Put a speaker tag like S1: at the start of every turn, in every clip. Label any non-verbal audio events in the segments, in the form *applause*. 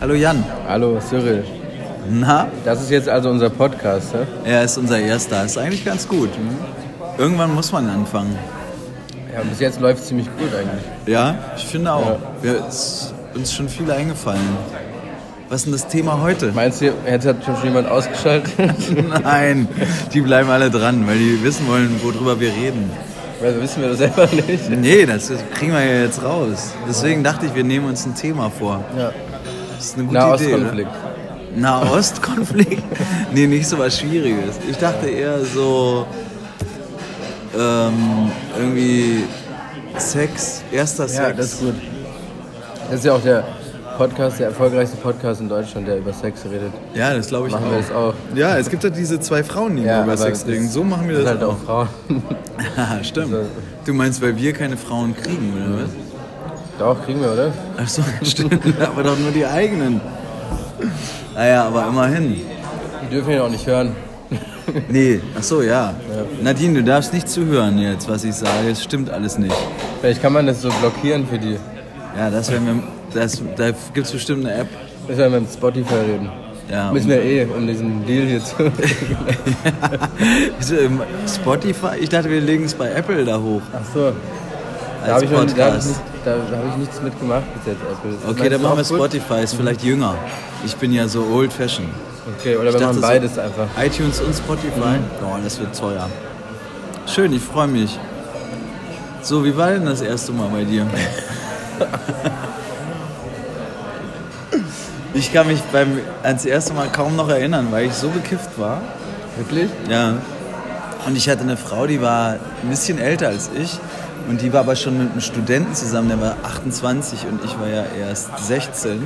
S1: Hallo Jan.
S2: Hallo Cyril.
S1: Na?
S2: Das ist jetzt also unser Podcast. Ja?
S1: Er ist unser erster. Ist eigentlich ganz gut. Hm? Irgendwann muss man anfangen.
S2: Ja, bis jetzt läuft es ziemlich gut eigentlich.
S1: Ja, ich finde auch. Wir, es, uns ist schon viel eingefallen. Was ist denn das Thema heute?
S2: Meinst du, jetzt hat schon jemand ausgeschaltet? *laughs*
S1: *laughs* Nein, die bleiben alle dran, weil die wissen wollen, worüber wir reden.
S2: Also wissen wir das selber nicht.
S1: Nee, das kriegen wir ja jetzt raus. Deswegen dachte ich, wir nehmen uns ein Thema vor.
S2: Ja.
S1: Das ist eine gute Idee.
S2: Nahostkonflikt.
S1: Oder? Nahostkonflikt? *laughs* nee, nicht so was Schwieriges. Ich dachte eher so ähm, irgendwie Sex, erster Sex.
S2: Ja, das ist gut. Das ist ja auch der Podcast, der erfolgreichste Podcast in Deutschland, der über Sex redet.
S1: Ja, das glaube ich
S2: Machen
S1: auch.
S2: wir das auch.
S1: Ja, es gibt ja diese zwei Frauen, die über
S2: aber
S1: Sex
S2: das-
S1: reden. So machen wir das,
S2: halt auch Frauen.
S1: Ah, *laughs* stimmt.
S2: Also-
S1: Du meinst, weil wir keine Frauen kriegen, oder was?
S2: Doch, kriegen wir, oder?
S1: Ach so, *laughs* stimmt. aber doch nur die eigenen. Naja, aber immerhin.
S2: Die dürfen ihn auch nicht hören.
S1: Nee, ach so, ja. Nadine, du darfst nicht zuhören jetzt, was ich sage. Es stimmt alles nicht.
S2: Vielleicht kann man das so blockieren für die.
S1: Ja, das werden wir. Das, da gibt es bestimmt eine App.
S2: Müssen wir mit Spotify reden.
S1: Ja,
S2: Müssen wir eh, um diesen Deal
S1: *laughs*
S2: hier zu.
S1: Wieso, im Spotify? Ich dachte, wir legen es bei Apple da hoch.
S2: Ach so.
S1: Als
S2: Da habe ich, noch- da hab ich,
S1: Podcast.
S2: nicht- da, da hab ich nichts mitgemacht bis jetzt. Apple. Das
S1: Okay,
S2: meinst du
S1: dann machen wir
S2: auch gut?
S1: Spotify. Ist vielleicht jünger. Ich bin ja so old fashioned.
S2: Okay, oder wir
S1: dachte
S2: machen
S1: so-
S2: beides einfach. Mhm.
S1: iTunes und Spotify. Oh, das wird teuer. Schön, ich freue mich. So, wie war denn das erste Mal bei
S2: *laughs*
S1: dir? Ich kann mich beim ans erste Mal kaum noch erinnern, weil ich so bekifft war.
S2: Wirklich?
S1: Ja. Und ich hatte eine Frau, die war ein bisschen älter als ich. Und die war aber schon mit einem Studenten zusammen, der war 28 und ich war ja erst 16.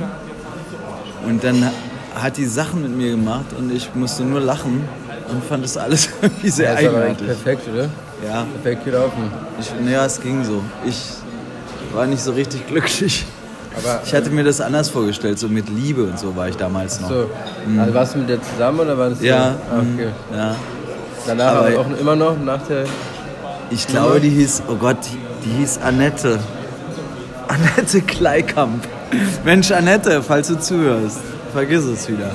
S1: Und dann hat die Sachen mit mir gemacht und ich musste nur lachen und fand das alles *laughs* irgendwie sehr
S2: Das ist aber eigentlich
S1: eigenartig.
S2: perfekt, oder?
S1: Ja,
S2: Perfekt gelaufen.
S1: ich, naja, es ging so. Ich war nicht so richtig glücklich.
S2: Aber ähm,
S1: Ich hatte mir das anders vorgestellt, so mit Liebe und so war ich damals noch.
S2: so, also warst du mit der zusammen oder war das
S1: Mhm. Ja,
S2: so? Ah, Okay.
S1: mm, ja.
S2: Danach
S1: Aber-
S2: aber auch immer noch nach der.
S1: Ich glaube, die hieß, oh Gott, die, die hieß Annette. Annette Kleikamp. Mensch, Annette, falls du zuhörst, vergiss es wieder.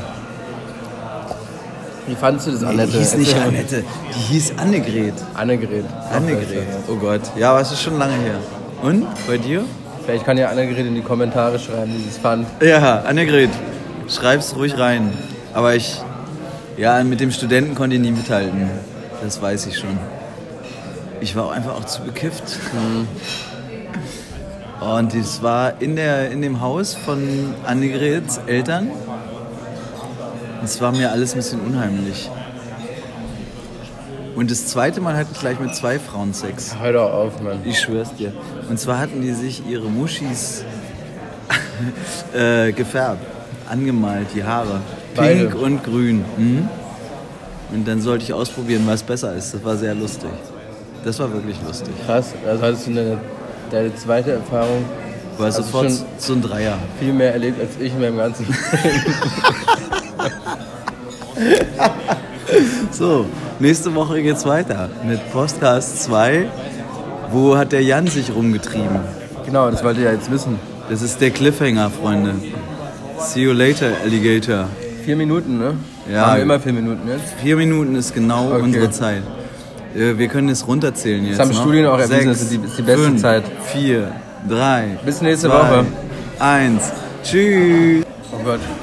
S2: Wie fandst du das,
S1: Nee,
S2: Annette?
S1: die hieß nicht
S2: Erzähl mal.
S1: Annette, die hieß Annegret.
S2: Annegret.
S1: Annegret, oh Gott. Ja, aber es ist schon lange her. Und, bei dir?
S2: Vielleicht kann ja Annegret in die Kommentare schreiben, wie sie es fand.
S1: Ja, Annegret, schreib's ruhig rein. Aber ich, ja, mit dem Studenten konnte ich nie mithalten. Das weiß ich schon. Ich war auch einfach auch zu bekifft. Und es war in, der, in dem Haus von Annegrets Eltern. Es war mir alles ein bisschen unheimlich. Und das zweite Mal hatte ich gleich mit zwei Frauen Sex.
S2: Hör doch auf, Mann.
S1: Ich schwör's dir. Und zwar hatten die sich ihre Muschis *laughs* äh, gefärbt, angemalt, die Haare.
S2: Beide.
S1: Pink und grün. Mhm. Und dann sollte ich ausprobieren, was besser ist. Das war sehr lustig. Das war wirklich lustig.
S2: Krass. Also hattest du eine, deine zweite Erfahrung
S1: War
S2: Also
S1: sofort
S2: schon-
S1: so ein Dreier.
S2: viel mehr erlebt als ich in meinem ganzen *laughs*
S1: So, nächste Woche geht's weiter mit Podcast 2. Wo hat der Jan sich rumgetrieben?
S2: Genau, das wollt ihr ja jetzt wissen.
S1: Das ist der Cliffhanger, Freunde. See you later, Alligator.
S2: Vier Minuten, ne?
S1: Ja.
S2: Haben wir immer vier Minuten jetzt.
S1: Vier Minuten ist genau
S2: Okay.
S1: unsere Zeit. Äh, Wir können es runterzählen jetzt.
S2: haben
S1: ne?
S2: Studien auch erwiesen,
S1: Sechs,
S2: das ist die- ist die beste
S1: fünf,
S2: Zeit.
S1: Vier, drei.
S2: Bis nächste
S1: zwei,
S2: Woche.
S1: Eins. Tschüss.
S2: Oh Gott.